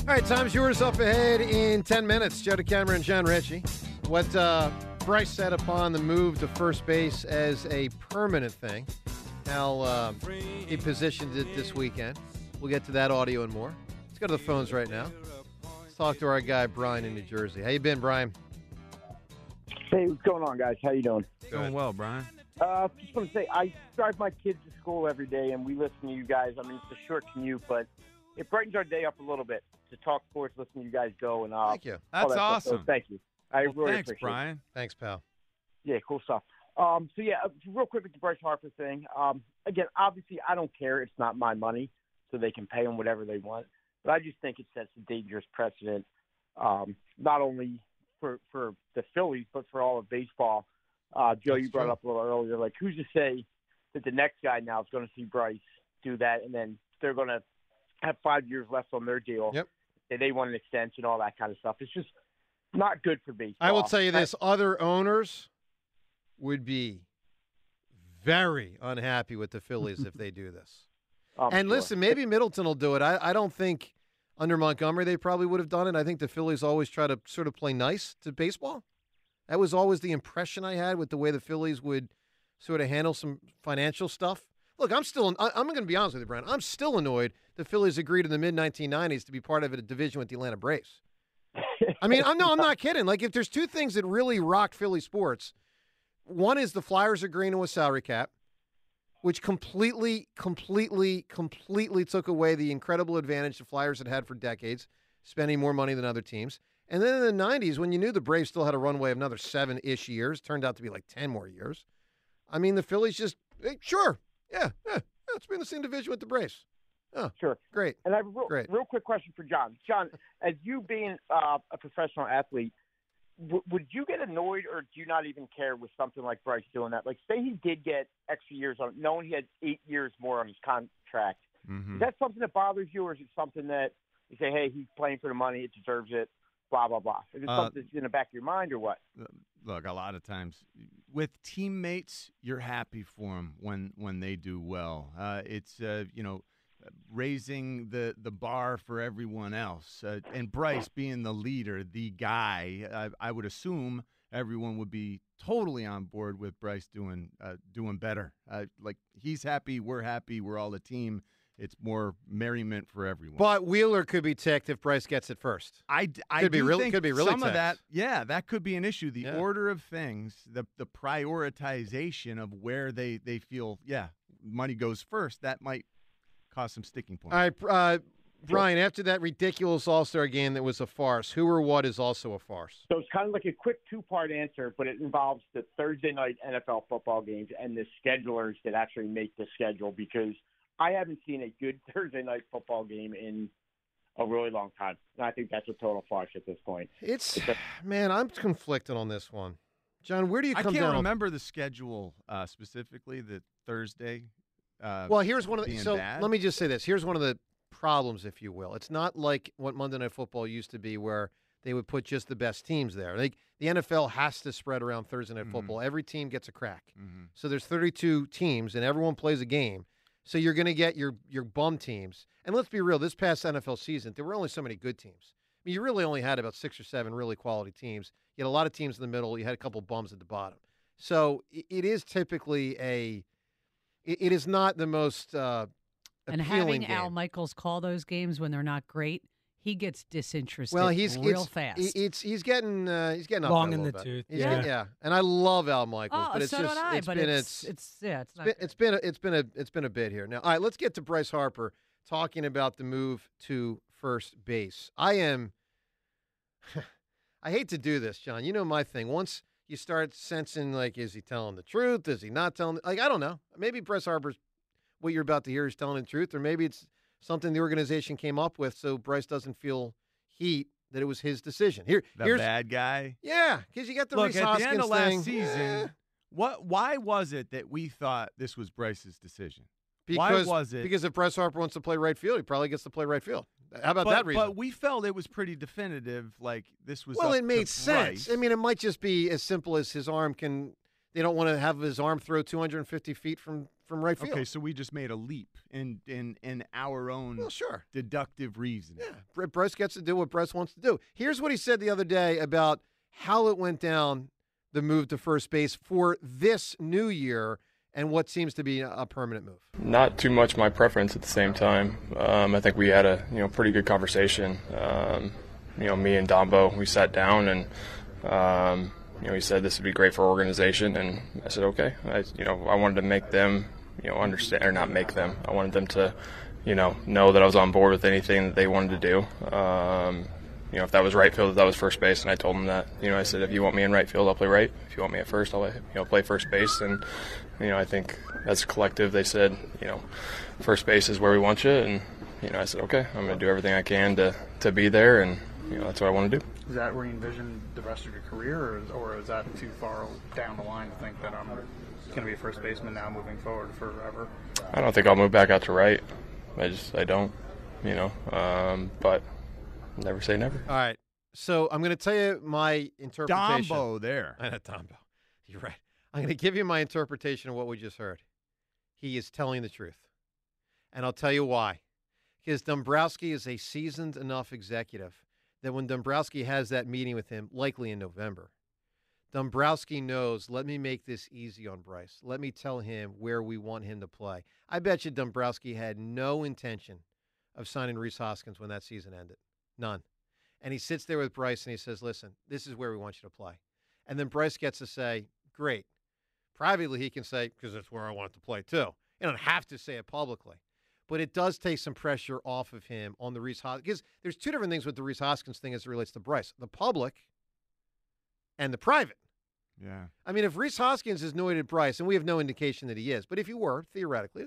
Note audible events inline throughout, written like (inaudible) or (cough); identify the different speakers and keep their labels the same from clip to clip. Speaker 1: All right, time's yours up ahead in 10 minutes. Joe DeCamera and John Ritchie. What uh, Bryce said upon the move to first base as a permanent thing, how uh, he positioned it this weekend. We'll get to that audio and more. Let's go to the phones right now. Let's talk to our guy, Brian, in New Jersey. How you been, Brian?
Speaker 2: Hey, what's going on, guys? How you doing?
Speaker 3: Doing well, Brian.
Speaker 2: Uh, just want to say, I drive my kids to school every day, and we listen to you guys. I mean, it's a short commute, but it brightens our day up a little bit to talk sports, listen to you guys go, and uh,
Speaker 1: Thank you.
Speaker 2: all
Speaker 3: That's
Speaker 2: that stuff. So
Speaker 3: awesome.
Speaker 2: thank you. I
Speaker 3: Well,
Speaker 2: really
Speaker 3: thanks,
Speaker 2: appreciate it.
Speaker 3: Brian.
Speaker 1: Thanks, pal.
Speaker 2: Yeah, cool stuff. Um, so yeah, uh, real quick with the Bryce Harper thing. Um, again, obviously, I don't care. It's not my money, so they can pay him whatever they want. But I just think it sets a dangerous precedent, um, not only for for the Phillies but for all of baseball. Uh, Joe,
Speaker 1: That's
Speaker 2: you brought
Speaker 1: true.
Speaker 2: up a little earlier, like who's to say that the next guy now is going to see Bryce do that, and then they're going to have five years left on their deal.
Speaker 1: Yep.
Speaker 2: And they want an extension, all that kind of stuff. It's just not good for baseball.
Speaker 1: I will tell you this: other owners would be very unhappy with the Phillies if they do this.
Speaker 2: Um,
Speaker 1: and
Speaker 2: sure.
Speaker 1: listen, maybe Middleton will do it. I, I don't think under Montgomery they probably would have done it. I think the Phillies always try to sort of play nice to baseball. That was always the impression I had with the way the Phillies would sort of handle some financial stuff. Look, I'm still I, I'm going to be honest with you, Brian. I'm still annoyed the Phillies agreed in the mid 1990s to be part of a division with the Atlanta Braves. I mean, I'm no, I'm not kidding. Like, if there's two things that really rock Philly sports, one is the Flyers agreeing to a salary cap, which completely, completely, completely took away the incredible advantage the Flyers had had for decades, spending more money than other teams. And then in the '90s, when you knew the Braves still had a runway of another seven-ish years, turned out to be like ten more years. I mean, the Phillies just eh, sure, yeah, yeah, yeah, let's be in the same division with the Braves.
Speaker 2: Sure.
Speaker 1: Great.
Speaker 2: And I have a real,
Speaker 1: Great.
Speaker 2: real quick question for John. John, as you being uh, a professional athlete, w- would you get annoyed or do you not even care with something like Bryce doing that? Like, say he did get extra years on, knowing he had eight years more on his contract.
Speaker 3: hmm
Speaker 2: Is that something that bothers you, or is it something that you say, hey, he's playing for the money, it deserves it, blah, blah, blah? Is it
Speaker 3: Uh,
Speaker 2: something that's in the back of your mind or what?
Speaker 3: Look, a lot of times with teammates, you're happy for them when when they do well. Uh, it's uh, you know raising the the bar for everyone else, uh, and Bryce being the leader, the guy. I, I would assume everyone would be totally on board with Bryce doing uh, doing better. Uh, like he's happy, we're happy, we're all a team. It's more merriment for everyone.
Speaker 1: But Wheeler could be ticked if Bryce gets it first.
Speaker 3: I, d- I
Speaker 1: Could be
Speaker 3: do
Speaker 1: really-
Speaker 3: think
Speaker 1: could be really
Speaker 3: some of that.
Speaker 1: tense.
Speaker 3: Yeah, that could be an issue. The
Speaker 1: Yeah.
Speaker 3: order of things, the the prioritization of where they they feel yeah money goes first. That might cause some sticking points.
Speaker 1: All right, uh, Brian. After that ridiculous All Star game that was a farce, who or what is also a farce?
Speaker 2: So it's kind of like a quick two part answer, but it involves the Thursday night NFL football games and the schedulers that actually make the schedule because I haven't seen a good (laughs) Thursday night football game in a really long time. And I think that's a total farce at this point.
Speaker 1: It's (sighs) man, I'm conflicted on this one. John, where do you
Speaker 3: I
Speaker 1: come
Speaker 3: can't
Speaker 1: down? on-
Speaker 3: remember the schedule uh, specifically. The Thursday. Uh,
Speaker 1: Well, here's one of the,
Speaker 3: being
Speaker 1: so
Speaker 3: bad?
Speaker 1: let me just say this. Here's one of the problems, if you will. It's not like what Monday Night Football used to be, where they would put just the best teams there. Like the NFL has to spread around Thursday Night
Speaker 3: Mhm.
Speaker 1: Football. Every team gets a crack.
Speaker 3: mhm.
Speaker 1: So there's 32 teams, and everyone plays a game. So you're going to get your your bum teams. And let's be real, this past NFL season, there were only so many good teams. I mean, you really only had about six or seven really quality teams. You had a lot of teams in the middle. You had a couple bums at the bottom. So i- it is typically a. It, it is not the most uh,
Speaker 4: And
Speaker 1: appealing
Speaker 4: having
Speaker 1: game.
Speaker 4: Al Michaels call those games when they're not great, he gets disinterested.
Speaker 1: well, he's
Speaker 4: real
Speaker 1: it's,
Speaker 4: fast.
Speaker 1: i- It's he's getting uh, he's getting up
Speaker 5: Long
Speaker 1: there a
Speaker 5: in the
Speaker 1: little bit.
Speaker 5: tooth,
Speaker 1: He's
Speaker 5: yeah.
Speaker 1: getting- yeah. And I love Al Michaels,
Speaker 4: oh,
Speaker 1: but it's
Speaker 4: so
Speaker 1: just
Speaker 4: did I.
Speaker 1: it's
Speaker 4: but
Speaker 1: been
Speaker 4: it's, it's yeah, it's not.
Speaker 1: It's been,
Speaker 4: good.
Speaker 1: it's been a, it's been a it's been a bit here now. All right, let's get to Bryce Harper talking about the move to first base. I am. (sighs) I hate to do this, John. You know my thing. Once you start sensing, like, is he telling the truth? Is he not telling? Like, I don't know. Maybe Bryce Harper's what you're about to hear is telling the truth, or maybe it's something the organization came up with so Bryce doesn't feel heat that it was his decision. Here,
Speaker 3: the
Speaker 1: here's
Speaker 3: bad guy.
Speaker 1: yeah, because you got the
Speaker 3: Look
Speaker 1: Reese
Speaker 3: at
Speaker 1: Hoskins
Speaker 3: the end of last
Speaker 1: thing.
Speaker 3: season.
Speaker 1: Eh,
Speaker 3: What? Why was it that we thought this was Bryce's decision?
Speaker 1: because
Speaker 3: why was it?
Speaker 1: Because if Bryce Harper wants to play right field, he probably gets to play right field. How about
Speaker 3: but,
Speaker 1: that reason?
Speaker 3: but we felt it was pretty definitive. Like this was
Speaker 1: well,
Speaker 3: up
Speaker 1: it
Speaker 3: to
Speaker 1: made sense.
Speaker 3: Bryce.
Speaker 1: I mean, it might just be as simple as his arm can. They don't want to have his arm throw 250 feet from from right field.
Speaker 3: Okay, so we just made a leap in in in our own
Speaker 1: Well, sure.
Speaker 3: deductive reasoning.
Speaker 1: Yeah, Bre- Bruce gets to do what Bruce wants to do. Here's what he said the other day about how it went down the move to first base for this new year and what seems to be a- a permanent move.
Speaker 5: Not too much my preference at the same time. Um, I think we had a you know pretty good conversation. Um, you know, me and Dombo, we sat down and um, you know he said this would be great for our organization, and I said okay. I you know I wanted to make them you know understand or not make them. I wanted them to you know know that I was on board with anything that they wanted to do. Um, you know, if that was right field, if that was first base, and I told them that. You know, I said, if you want me in right field, I'll play right. If you want me at first, I'll you know play first base. And you know, I think as a collective, they said, you know, first base is where we want you. And you know, I said, okay, I'm going to do everything I can to to be there, and you know, that's what I want to do.
Speaker 6: Is that where you envision the rest of your career, or is, or is that too far down the line to think that I'm going to be a first baseman now moving forward forever?
Speaker 5: I don't think I'll move back out to right. I just I don't, you know, um, but never say never.
Speaker 1: All right. So I'm going to tell you my interpretation.
Speaker 3: Dombo there.
Speaker 1: I know Dombo. You're right. I'm going to give you my interpretation of what we just heard. He is telling the truth. And I'll tell you why. Because Dombrowski is a seasoned enough executive that when Dombrowski has that meeting with him, likely in November, Dombrowski knows, let me make this easy on Bryce. Let me tell him where we want him to play. I bet you Dombrowski had no intention of signing Reese Hoskins when that season ended. None. And he sits there with Bryce and he says, listen, this is where we want you to play. And then Bryce gets to say, great. Privately, he can say, because that's where I want to play too. You don't have to say it publicly. But it does take some pressure off of him on the Reese Hoskins. Because there's two different things with the Reese Hoskins thing as it relates to Bryce the public and the private.
Speaker 3: Yeah.
Speaker 1: I mean, if Reese Hoskins is annoyed at Bryce, and we have no indication that he is, but if he were, theoretically,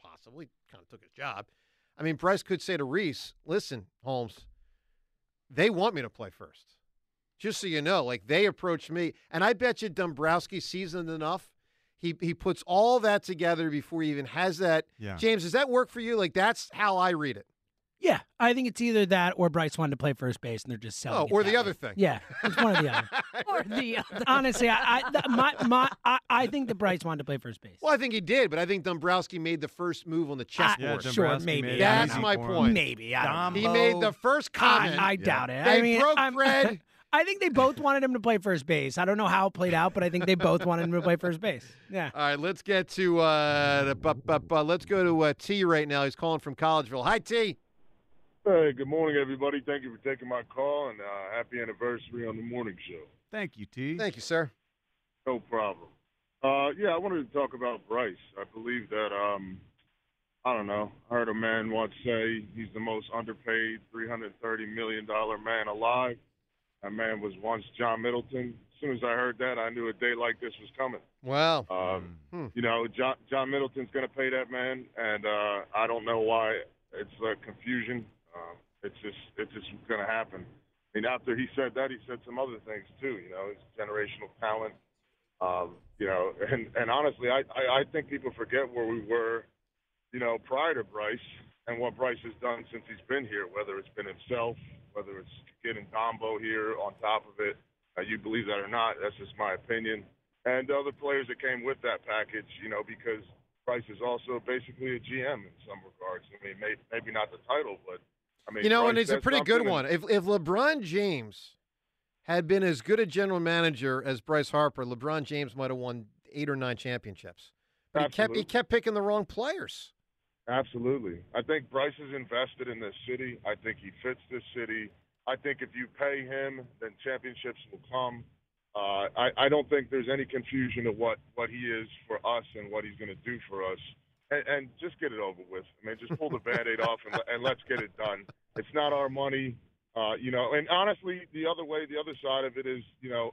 Speaker 1: possibly kind of took his job, I mean, Bryce could say to Reese, listen, Holmes, they want me to play first. Just so you know, like they approached me. And I bet you Dombrowski seasoned enough. He, he puts all that together before he even has that.
Speaker 3: Yeah.
Speaker 1: James, does that work for you? Like, that's how I read it.
Speaker 7: Yeah, I think it's either that or Bryce wanted to play first base and they're just selling.
Speaker 1: Oh,
Speaker 7: it
Speaker 1: or
Speaker 7: that
Speaker 1: the
Speaker 7: way.
Speaker 1: other thing.
Speaker 7: Yeah, it's one or the
Speaker 1: (laughs)
Speaker 7: other.
Speaker 4: (laughs) or the other.
Speaker 7: Honestly, I, I th- my my I, I think that Bryce wanted to play first base.
Speaker 1: Well, I think he did, but I think Dombrowski made the first move on the chessboard.
Speaker 7: Sure,
Speaker 3: Dombrowski
Speaker 7: maybe.
Speaker 3: made it
Speaker 1: That's
Speaker 3: easy
Speaker 1: my
Speaker 3: for him.
Speaker 1: point.
Speaker 7: Maybe I don't know.
Speaker 3: Dom
Speaker 1: he made the first comment.
Speaker 7: I, I
Speaker 3: Yeah.
Speaker 7: doubt it.
Speaker 1: They
Speaker 7: I mean,
Speaker 1: broke
Speaker 7: I'm,
Speaker 1: bread.
Speaker 7: (laughs) I think they both wanted him to play first base. I don't know how it played out, but I think they both wanted him to play first base.
Speaker 1: (laughs)
Speaker 7: Yeah.
Speaker 1: All right, let's get to uh, the, bu- bu- bu- let's go to uh, T right now. He's calling from Collegeville. Hi, T.
Speaker 8: Hey, good morning, everybody. Thank you for taking my call, and uh, happy anniversary on the morning show.
Speaker 3: Thank you, T.
Speaker 1: Thank you, sir.
Speaker 8: No problem. Uh, yeah, I wanted to talk about Bryce. I believe that um, I don't know. I heard a man once say he's the most underpaid, three hundred thirty million dollar man alive. That man was once John Middleton. As soon as I heard that, I knew a day like this was coming.
Speaker 1: Wow.
Speaker 8: Um,
Speaker 1: Hmm.
Speaker 8: You know, John, John Middleton's going to pay that man, and uh, I don't know why it's uh, confusion. Uh, it's just it's just going to happen. I mean, after he said that, he said some other things too. You know, his generational talent. Um, you know, (laughs) and and honestly, I, I I think people forget where we were. You know, prior to Bryce and what Bryce has done since he's been here, whether it's been himself, whether it's getting Dombo here on top of it. Uh, you believe that or not, that's just my opinion and the other players that came with that package, you know, because Price is also basically a GM in some regards. I mean, may, maybe not the title, but I mean,
Speaker 1: you know, and
Speaker 8: Price
Speaker 1: it's a
Speaker 8: said
Speaker 1: pretty good
Speaker 8: something,
Speaker 1: one.
Speaker 8: and
Speaker 1: If if LeBron James had been as good a general manager as Bryce Harper, LeBron James might have won eight or nine championships. But he kept he
Speaker 8: Absolutely.
Speaker 1: kept picking the wrong players.
Speaker 8: Absolutely, I think Bryce is invested in this city. I think he fits this city. I think if you pay him, then championships will come. Uh, I, I don't think there's any confusion of what, what he is for us and what he's going to do for us. And, and just get it over with. I mean, just pull the band aid off and, let- and let's get it done. It's not our money. Uh, you know, and honestly, the other way, the other side of it is, you know,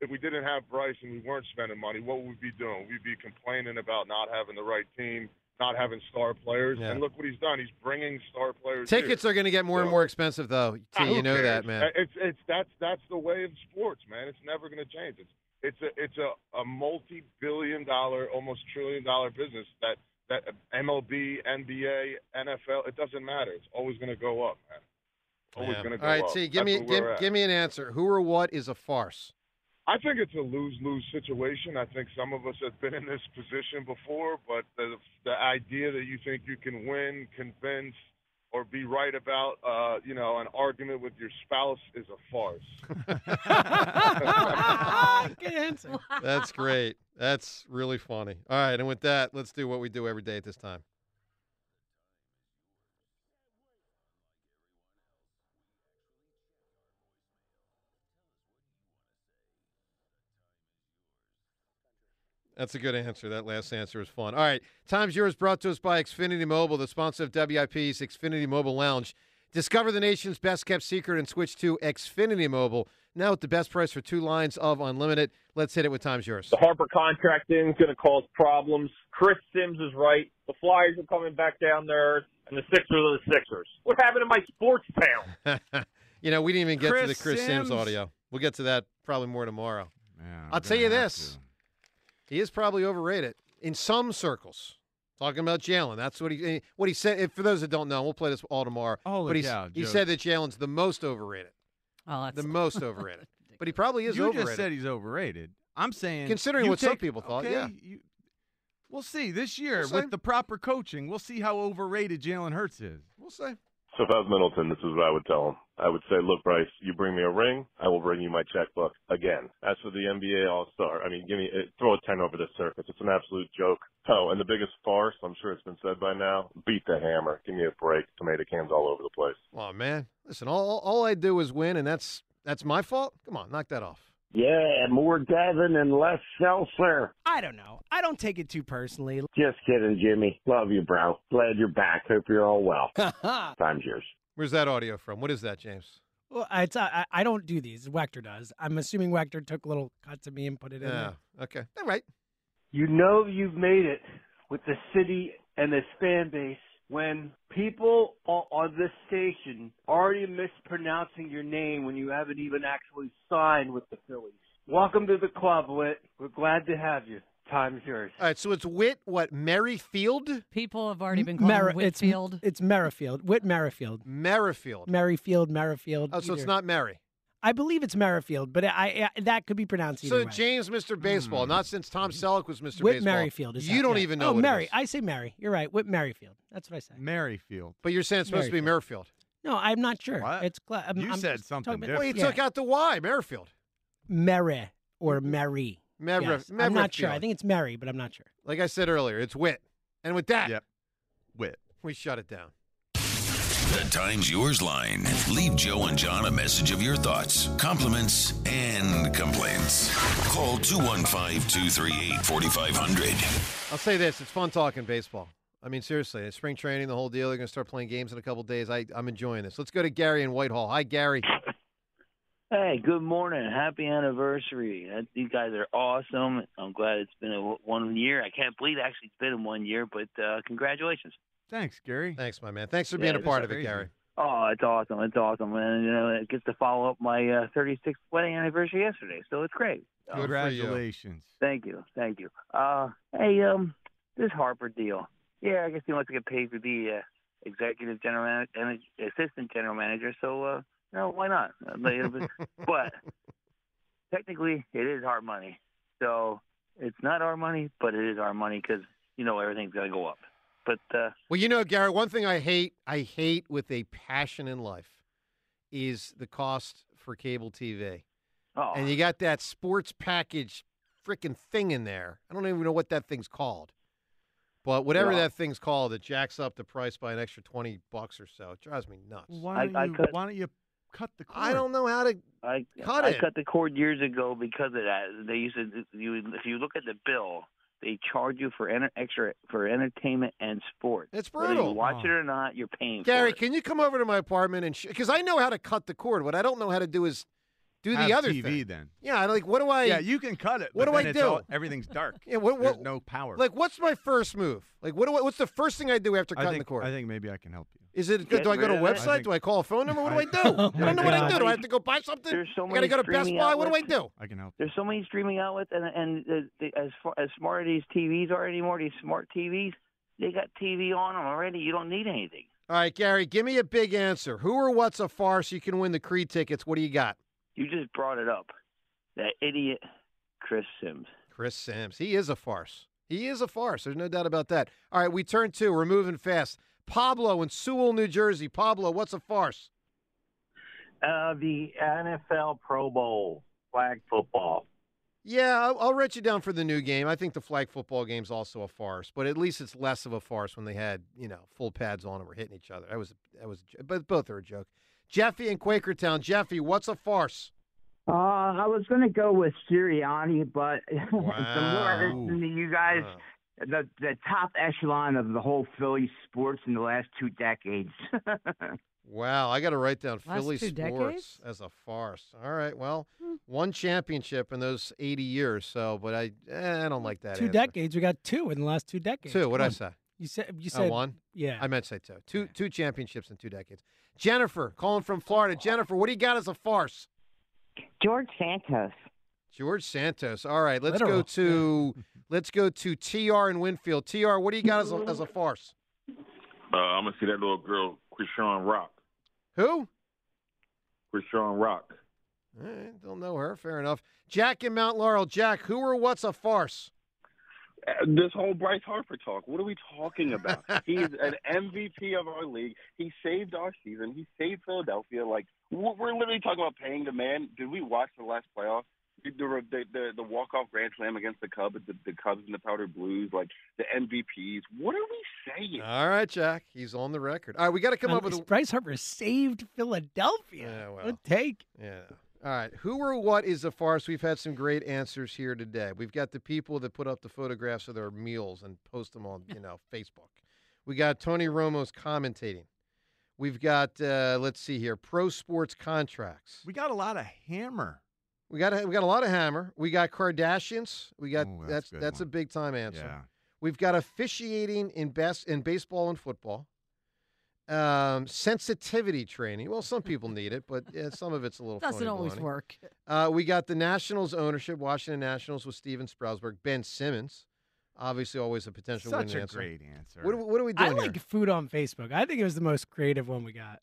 Speaker 8: if we didn't have Bryce and we weren't spending money, what would we be doing? We'd be complaining about not having the right team, not having star players.
Speaker 1: Yeah.
Speaker 8: And look what he's done. He's bringing star players. here.
Speaker 1: Tickets are going to get more and
Speaker 8: So-
Speaker 1: more expensive, though. T,
Speaker 8: Ah, who
Speaker 1: you know
Speaker 8: cares?
Speaker 1: that, man.
Speaker 8: Uh, It's it's that's that's the way of sports, man. It's never going to change. It's it's a it's a, a multi-billion dollar, almost trillion dollar business that that MLB, NBA, NFL. It doesn't matter. It's always going to go up, man. Always
Speaker 1: Yeah.
Speaker 8: going to go
Speaker 1: All right,
Speaker 8: up.
Speaker 1: T. Give
Speaker 8: That's
Speaker 1: me
Speaker 8: where
Speaker 1: give,
Speaker 8: we're at.
Speaker 1: give me an answer. Who or what is a farce?
Speaker 9: I think it's a lose lose situation. I think some of us have been in this position before, but the the idea that you think you can win, convince, or be right about, uh, you know, an argument with your spouse is a farce.
Speaker 7: Good answer.
Speaker 1: That's great. That's really funny. All right, and with that, let's do what we do every day at this time. That's a good answer. That last answer is fun. All right, time's yours. Brought to us by Xfinity Mobile, the sponsor of WIP's Xfinity Mobile Lounge. Discover the nation's best kept secret and switch to Xfinity Mobile now at the best price for two lines of unlimited. Let's hit it with time's yours. (laughs)
Speaker 10: The Harper contract in is going to cause problems. Chris Sims is right. The Flyers are coming back down there, and the Sixers are the Sixers. What happened to my sports town?
Speaker 1: you know, we didn't even get to the
Speaker 3: Chris
Speaker 1: Chris Sims.
Speaker 3: Sims.
Speaker 1: audio. We'll get to that probably more tomorrow.
Speaker 3: Yeah, we're
Speaker 1: I'll tell
Speaker 3: gonna
Speaker 1: you
Speaker 3: have
Speaker 1: this.
Speaker 3: to.
Speaker 1: He is probably overrated in some circles. Talking about Jalen, that's what he eh, what he said. if- For those that don't know, we'll play this all tomorrow.
Speaker 3: Holy
Speaker 1: but he,
Speaker 3: cow,
Speaker 1: he
Speaker 3: Joe.
Speaker 1: said that Jalen's the most overrated,
Speaker 4: Oh, that's
Speaker 1: the
Speaker 4: (laughs)
Speaker 1: most overrated. But he probably is
Speaker 3: you
Speaker 1: overrated.
Speaker 3: just said he's overrated. I'm saying
Speaker 1: Considering
Speaker 3: you
Speaker 1: what some
Speaker 3: take-
Speaker 1: people thought,
Speaker 3: okay,
Speaker 1: yeah.
Speaker 3: you- we'll see this year
Speaker 1: We'll see.
Speaker 3: with the proper coaching. We'll see how overrated Jalen Hurts is.
Speaker 1: we'll see.
Speaker 8: So if I was Middleton, this is what I would tell him. I would say, look, Bryce, you bring me a ring, I will bring you my checkbook again. As for the NBA All-Star, I mean, give me, eh, throw a 10 over this circus. It's an absolute joke. Oh, and the biggest farce, I'm sure it's been said by now, beat the hammer. Give me a break. Tomato cans all over the place.
Speaker 1: Oh man, listen, all all I do is win, and that's that's my fault. Come on, knock that off.
Speaker 2: Yeah, more Devin and less Seltzer.
Speaker 7: I don't know. I don't take it too personally.
Speaker 2: Just kidding, Jimmy. Love you, bro. Glad you're back. Hope you're all well. Time's yours.
Speaker 1: Where's that audio from? What is that, James?
Speaker 7: Well, it's uh, I, I don't do these. Wechter does. I'm assuming Wechter took little cuts of me and put it in.
Speaker 1: Yeah.
Speaker 7: there.
Speaker 1: Ah, Okay. All right.
Speaker 11: You know you've made it with the city and this fan base when people on, on this station already mispronouncing your name when you haven't even actually signed with the Phillies. Welcome to the club, Whit. We're glad to have you. Time's yours.
Speaker 1: All right. So it's wit what Merrifield,
Speaker 4: people have already been called
Speaker 7: Mer-
Speaker 4: him Whitfield.
Speaker 7: It's, it's Merrifield. Whit Merrifield.
Speaker 1: Merrifield.
Speaker 7: Merrifield, Merrifield.
Speaker 1: oh, so it's
Speaker 7: either.
Speaker 1: not Merry.
Speaker 7: I believe it's Merrifield, but I, I that could be pronounced either
Speaker 1: So
Speaker 7: way.
Speaker 1: James, Mr. Baseball, not since Tom Selleck was Mr.
Speaker 7: Whit
Speaker 1: Baseball.
Speaker 7: Hmm. Merrifield is
Speaker 1: you
Speaker 7: that,
Speaker 1: don't
Speaker 7: yeah.
Speaker 1: even know.
Speaker 7: Oh,
Speaker 1: what it
Speaker 7: Mary.
Speaker 1: is.
Speaker 7: I say Mary. You're right. Whit Merrifield. That's what I say.
Speaker 3: Merrifield.
Speaker 1: But you're saying it's supposed to be Merrifield.
Speaker 7: No, I'm not sure.
Speaker 3: What?
Speaker 7: It's cla- I'm,
Speaker 3: You
Speaker 7: I'm
Speaker 3: said
Speaker 7: just talking
Speaker 3: something
Speaker 7: about-
Speaker 1: Well,
Speaker 3: different.
Speaker 1: you took out the Y, Merrifield.
Speaker 7: Mary or Mary.
Speaker 1: Merri-
Speaker 7: Yes. I'm not sure. I
Speaker 1: Merrifield.
Speaker 7: think it's Mary, but I'm not sure.
Speaker 1: Like I said earlier, it's wit. And with that,
Speaker 3: Yep. Wit.
Speaker 1: we shut it down.
Speaker 12: The Time's Yours line. Leave Joe and John a message of your thoughts, compliments, and complaints. Call 215 238 4500.
Speaker 1: I'll say this: it's fun talking baseball. I mean, seriously, it's spring training, the whole deal. They're going to start playing games in a couple days. I, I'm enjoying this. Let's go to Gary in Whitehall. Hi, Gary.
Speaker 2: Hey, good morning. Happy anniversary. That- These guys are awesome. I'm glad it's been a w- one year. I can't believe actually it's been a one year, but uh, congratulations.
Speaker 3: Thanks, Gary.
Speaker 1: Thanks, my man. Thanks for being
Speaker 2: Yeah,
Speaker 1: a
Speaker 2: this
Speaker 1: part
Speaker 3: is
Speaker 1: of it,
Speaker 3: crazy.
Speaker 1: Gary.
Speaker 2: Oh, it's awesome. It's awesome. And, you know, it gets to follow up my uh, 36th wedding anniversary yesterday, so it's great.
Speaker 3: Oh,
Speaker 1: Good for you.
Speaker 3: Congratulations.
Speaker 2: Thank you, thank you. Uh, hey, um, this Harper deal. Yeah, I guess he wants to get paid to be uh, executive general manager and assistant general manager. So, uh, no, why not? Uh, But, it'll be-
Speaker 1: (laughs)
Speaker 2: but technically, it is our money. So it's not our money, but it is our money because you know everything's gonna go up. But uh,
Speaker 1: Well, you know, Gary, one thing I hate, I hate with a passion in life, is the cost for cable TV.
Speaker 2: oh,
Speaker 1: and you got that sports package freaking thing in there. I don't even know what that thing's called. But whatever
Speaker 2: Yeah.
Speaker 1: that thing's called, it jacks up the price by an extra 20 bucks or so. It drives me nuts.
Speaker 3: Why don't,
Speaker 2: I- I
Speaker 3: you,
Speaker 2: cut-
Speaker 3: why don't you cut the cord?
Speaker 1: I don't know how to.
Speaker 2: I
Speaker 1: Cut
Speaker 2: I
Speaker 1: it.
Speaker 2: cut the cord years ago because of that. They used to you if you look at the bill, they charge you for enter, extra for entertainment and sports.
Speaker 1: It's
Speaker 2: Whether
Speaker 1: brutal. Oh.
Speaker 2: you watch it or not, you're paying.
Speaker 1: Gary,
Speaker 2: for it.
Speaker 1: can you come over to my apartment and. Because I know how to cut the cord. What I don't know how to do is do
Speaker 3: Have
Speaker 1: the other
Speaker 3: TV
Speaker 1: thing.
Speaker 3: then.
Speaker 1: Yeah, like, what do I.
Speaker 3: yeah, you can cut it.
Speaker 1: What
Speaker 3: but
Speaker 1: do I
Speaker 3: then it's
Speaker 1: do?
Speaker 3: all- everything's (laughs) dark.
Speaker 1: Yeah, what- what-
Speaker 3: There's no power.
Speaker 1: like, what's my first move? Like, what do I, what's the first thing I do after
Speaker 3: I
Speaker 1: cutting
Speaker 3: think,
Speaker 1: the cord?
Speaker 3: I think maybe I can help you.
Speaker 1: Is it?
Speaker 2: Get
Speaker 1: Do I go
Speaker 2: rid
Speaker 1: to a
Speaker 2: of it.
Speaker 1: website?
Speaker 3: I think-
Speaker 1: do I call a phone number? What do I
Speaker 2: (laughs)
Speaker 1: do?
Speaker 7: Oh
Speaker 1: I don't know
Speaker 7: my
Speaker 1: what I
Speaker 7: God.
Speaker 1: do. Do I have to go buy something?
Speaker 2: There's so
Speaker 1: I gotta
Speaker 2: many
Speaker 1: go to Best
Speaker 2: streaming
Speaker 1: Buy. What do I
Speaker 2: outlets.
Speaker 1: do?
Speaker 3: I can help.
Speaker 2: There's so many streaming outlets, and and the, the, as far, as smart as these TVs are anymore, these smart TVs, they got TV on them already. You don't need anything.
Speaker 1: All right, Gary, give me a big answer. Who or what's a farce? You can win the Creed tickets. What do you got?
Speaker 2: You just brought it up.
Speaker 13: That idiot Chris Sims.
Speaker 1: Chris Sims. He is a farce. He is a farce. There's no doubt about that. All right, we turn two. We're moving fast. Pablo in Sewell, New Jersey. Pablo, what's a farce?
Speaker 14: Uh, the NFL Pro Bowl flag football.
Speaker 1: Yeah, I'll, I'll write you down for the new game. I think the flag football game's also a farce, but at least it's less of a farce when they had you know full pads on and were hitting each other. That was that was, but both are a joke. Jeffy in Quakertown. Jeffy, what's a farce?
Speaker 4: Uh, I was going to go with Sirianni, but (laughs) the more I listen to you guys, the the top echelon of the whole Philly sports in the last two decades.
Speaker 1: Wow, I got to write down
Speaker 4: Last
Speaker 1: Philly
Speaker 4: two
Speaker 1: sports
Speaker 4: decades?
Speaker 1: as a farce. All right, well,
Speaker 7: Hmm.
Speaker 1: one championship in those 80 years. So, but I, eh, I don't like that.
Speaker 7: two
Speaker 1: answer.
Speaker 7: decades. We got two in the last two decades.
Speaker 1: Two. What
Speaker 7: Come
Speaker 1: I
Speaker 7: on.
Speaker 1: say?
Speaker 7: You said you
Speaker 1: I
Speaker 7: said
Speaker 1: one.
Speaker 7: Yeah. Um,
Speaker 1: I meant say two. Two two championships in two decades. Jennifer calling from Florida. Jennifer, what do you got as a farce?
Speaker 15: George Santos.
Speaker 1: George Santos. All right, let's
Speaker 15: Literal.
Speaker 1: go to (laughs) let's go to TR in Winfield. TR, what do you got as a, as a farce?
Speaker 2: Uh, I'm gonna see that little girl, Krishan Rock.
Speaker 1: Who?
Speaker 2: Krishan Rock.
Speaker 1: All right, don't know her. Fair enough. Jack in Mount Laurel. Jack, who or what's a farce?
Speaker 2: Uh, This whole Bryce Harper talk. What are we talking about? He's an MVP of our league. He saved our season. He saved Philadelphia. Like we're we're literally talking about paying the man. Did we watch the last playoff? The the the, the walk off grand slam against the Cubs, the, the Cubs and the Powder Blues, like the MVPs. What are we saying?
Speaker 1: All right, Jack. He's on the record. All right, we got to come up with a
Speaker 7: Bryce Harper saved Philadelphia.
Speaker 1: Yeah, well.
Speaker 7: Good take.
Speaker 1: Yeah. All right. Who or what is a farce? We've had some great answers here today. We've got the people that put up the photographs of their meals and post
Speaker 16: (laughs)
Speaker 1: them on, you know, Facebook. We got Tony Romo's commentating. We've got uh, let's see here, pro sports contracts.
Speaker 3: We got a lot of hammer.
Speaker 1: We got a, we got a lot of hammer. We got Kardashians. We got that's
Speaker 3: that's good
Speaker 1: that's, a big time answer.
Speaker 3: Yeah.
Speaker 1: We've got officiating in best in baseball and football. Um, sensitivity training. Well, some people need it, but yeah, some of it's a little
Speaker 16: Doesn't
Speaker 1: phony
Speaker 16: always
Speaker 1: baloney.
Speaker 16: work.
Speaker 1: Uh, we got the Nationals ownership, Washington Nationals with Steven Strasburg, Ben Simmons, obviously always a potential
Speaker 7: Such
Speaker 1: winning
Speaker 7: a
Speaker 1: answer.
Speaker 7: great
Speaker 3: answer.
Speaker 1: What, are we- what are we
Speaker 7: I
Speaker 1: doing
Speaker 7: like
Speaker 1: here?
Speaker 7: food on Facebook. I think it was the most creative one we got.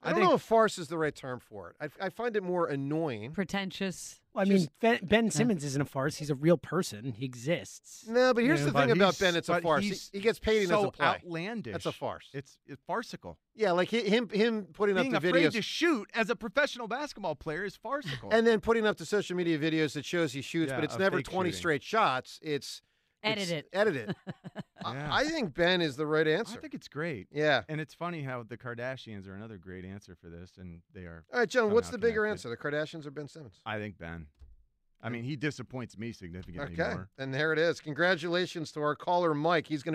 Speaker 1: I don't know if farce is the right term for it. I, I find it more annoying.
Speaker 16: Pretentious.
Speaker 7: Well, I mean, Ben, ben Simmons isn't a farce. He's a real person. He exists.
Speaker 1: No, but
Speaker 7: You
Speaker 1: here's
Speaker 7: know,
Speaker 1: the thing about
Speaker 7: he's-
Speaker 1: Ben. It's a
Speaker 7: but
Speaker 1: farce. He,
Speaker 7: he's
Speaker 1: he gets paid and
Speaker 3: so
Speaker 1: doesn't play.
Speaker 3: outlandish.
Speaker 1: That's a farce.
Speaker 3: It's, it's farcical.
Speaker 1: Yeah, like hi- him him putting
Speaker 3: Being
Speaker 1: up the
Speaker 3: afraid
Speaker 1: videos
Speaker 3: to shoot as a professional basketball player is farcical.
Speaker 1: and then putting up the social media videos that shows he shoots,
Speaker 3: Yeah,
Speaker 1: but it's
Speaker 3: a
Speaker 1: never
Speaker 3: fake
Speaker 1: 20
Speaker 3: shooting.
Speaker 1: straight shots. It's
Speaker 3: Edit
Speaker 1: it's Edited. I, I think Ben is the right answer.
Speaker 3: I think it's great.
Speaker 1: Yeah.
Speaker 3: And it's funny how the Kardashians are another great answer for this, and they are.
Speaker 1: All right, John, what's
Speaker 3: somehow
Speaker 1: the bigger answer,
Speaker 3: connected.
Speaker 1: the Kardashians or Ben Simmons?
Speaker 3: I think Ben. I mean, he disappoints me significantly
Speaker 1: Okay,
Speaker 3: more.
Speaker 1: and there it is. Congratulations to our caller, Mike. He's going to.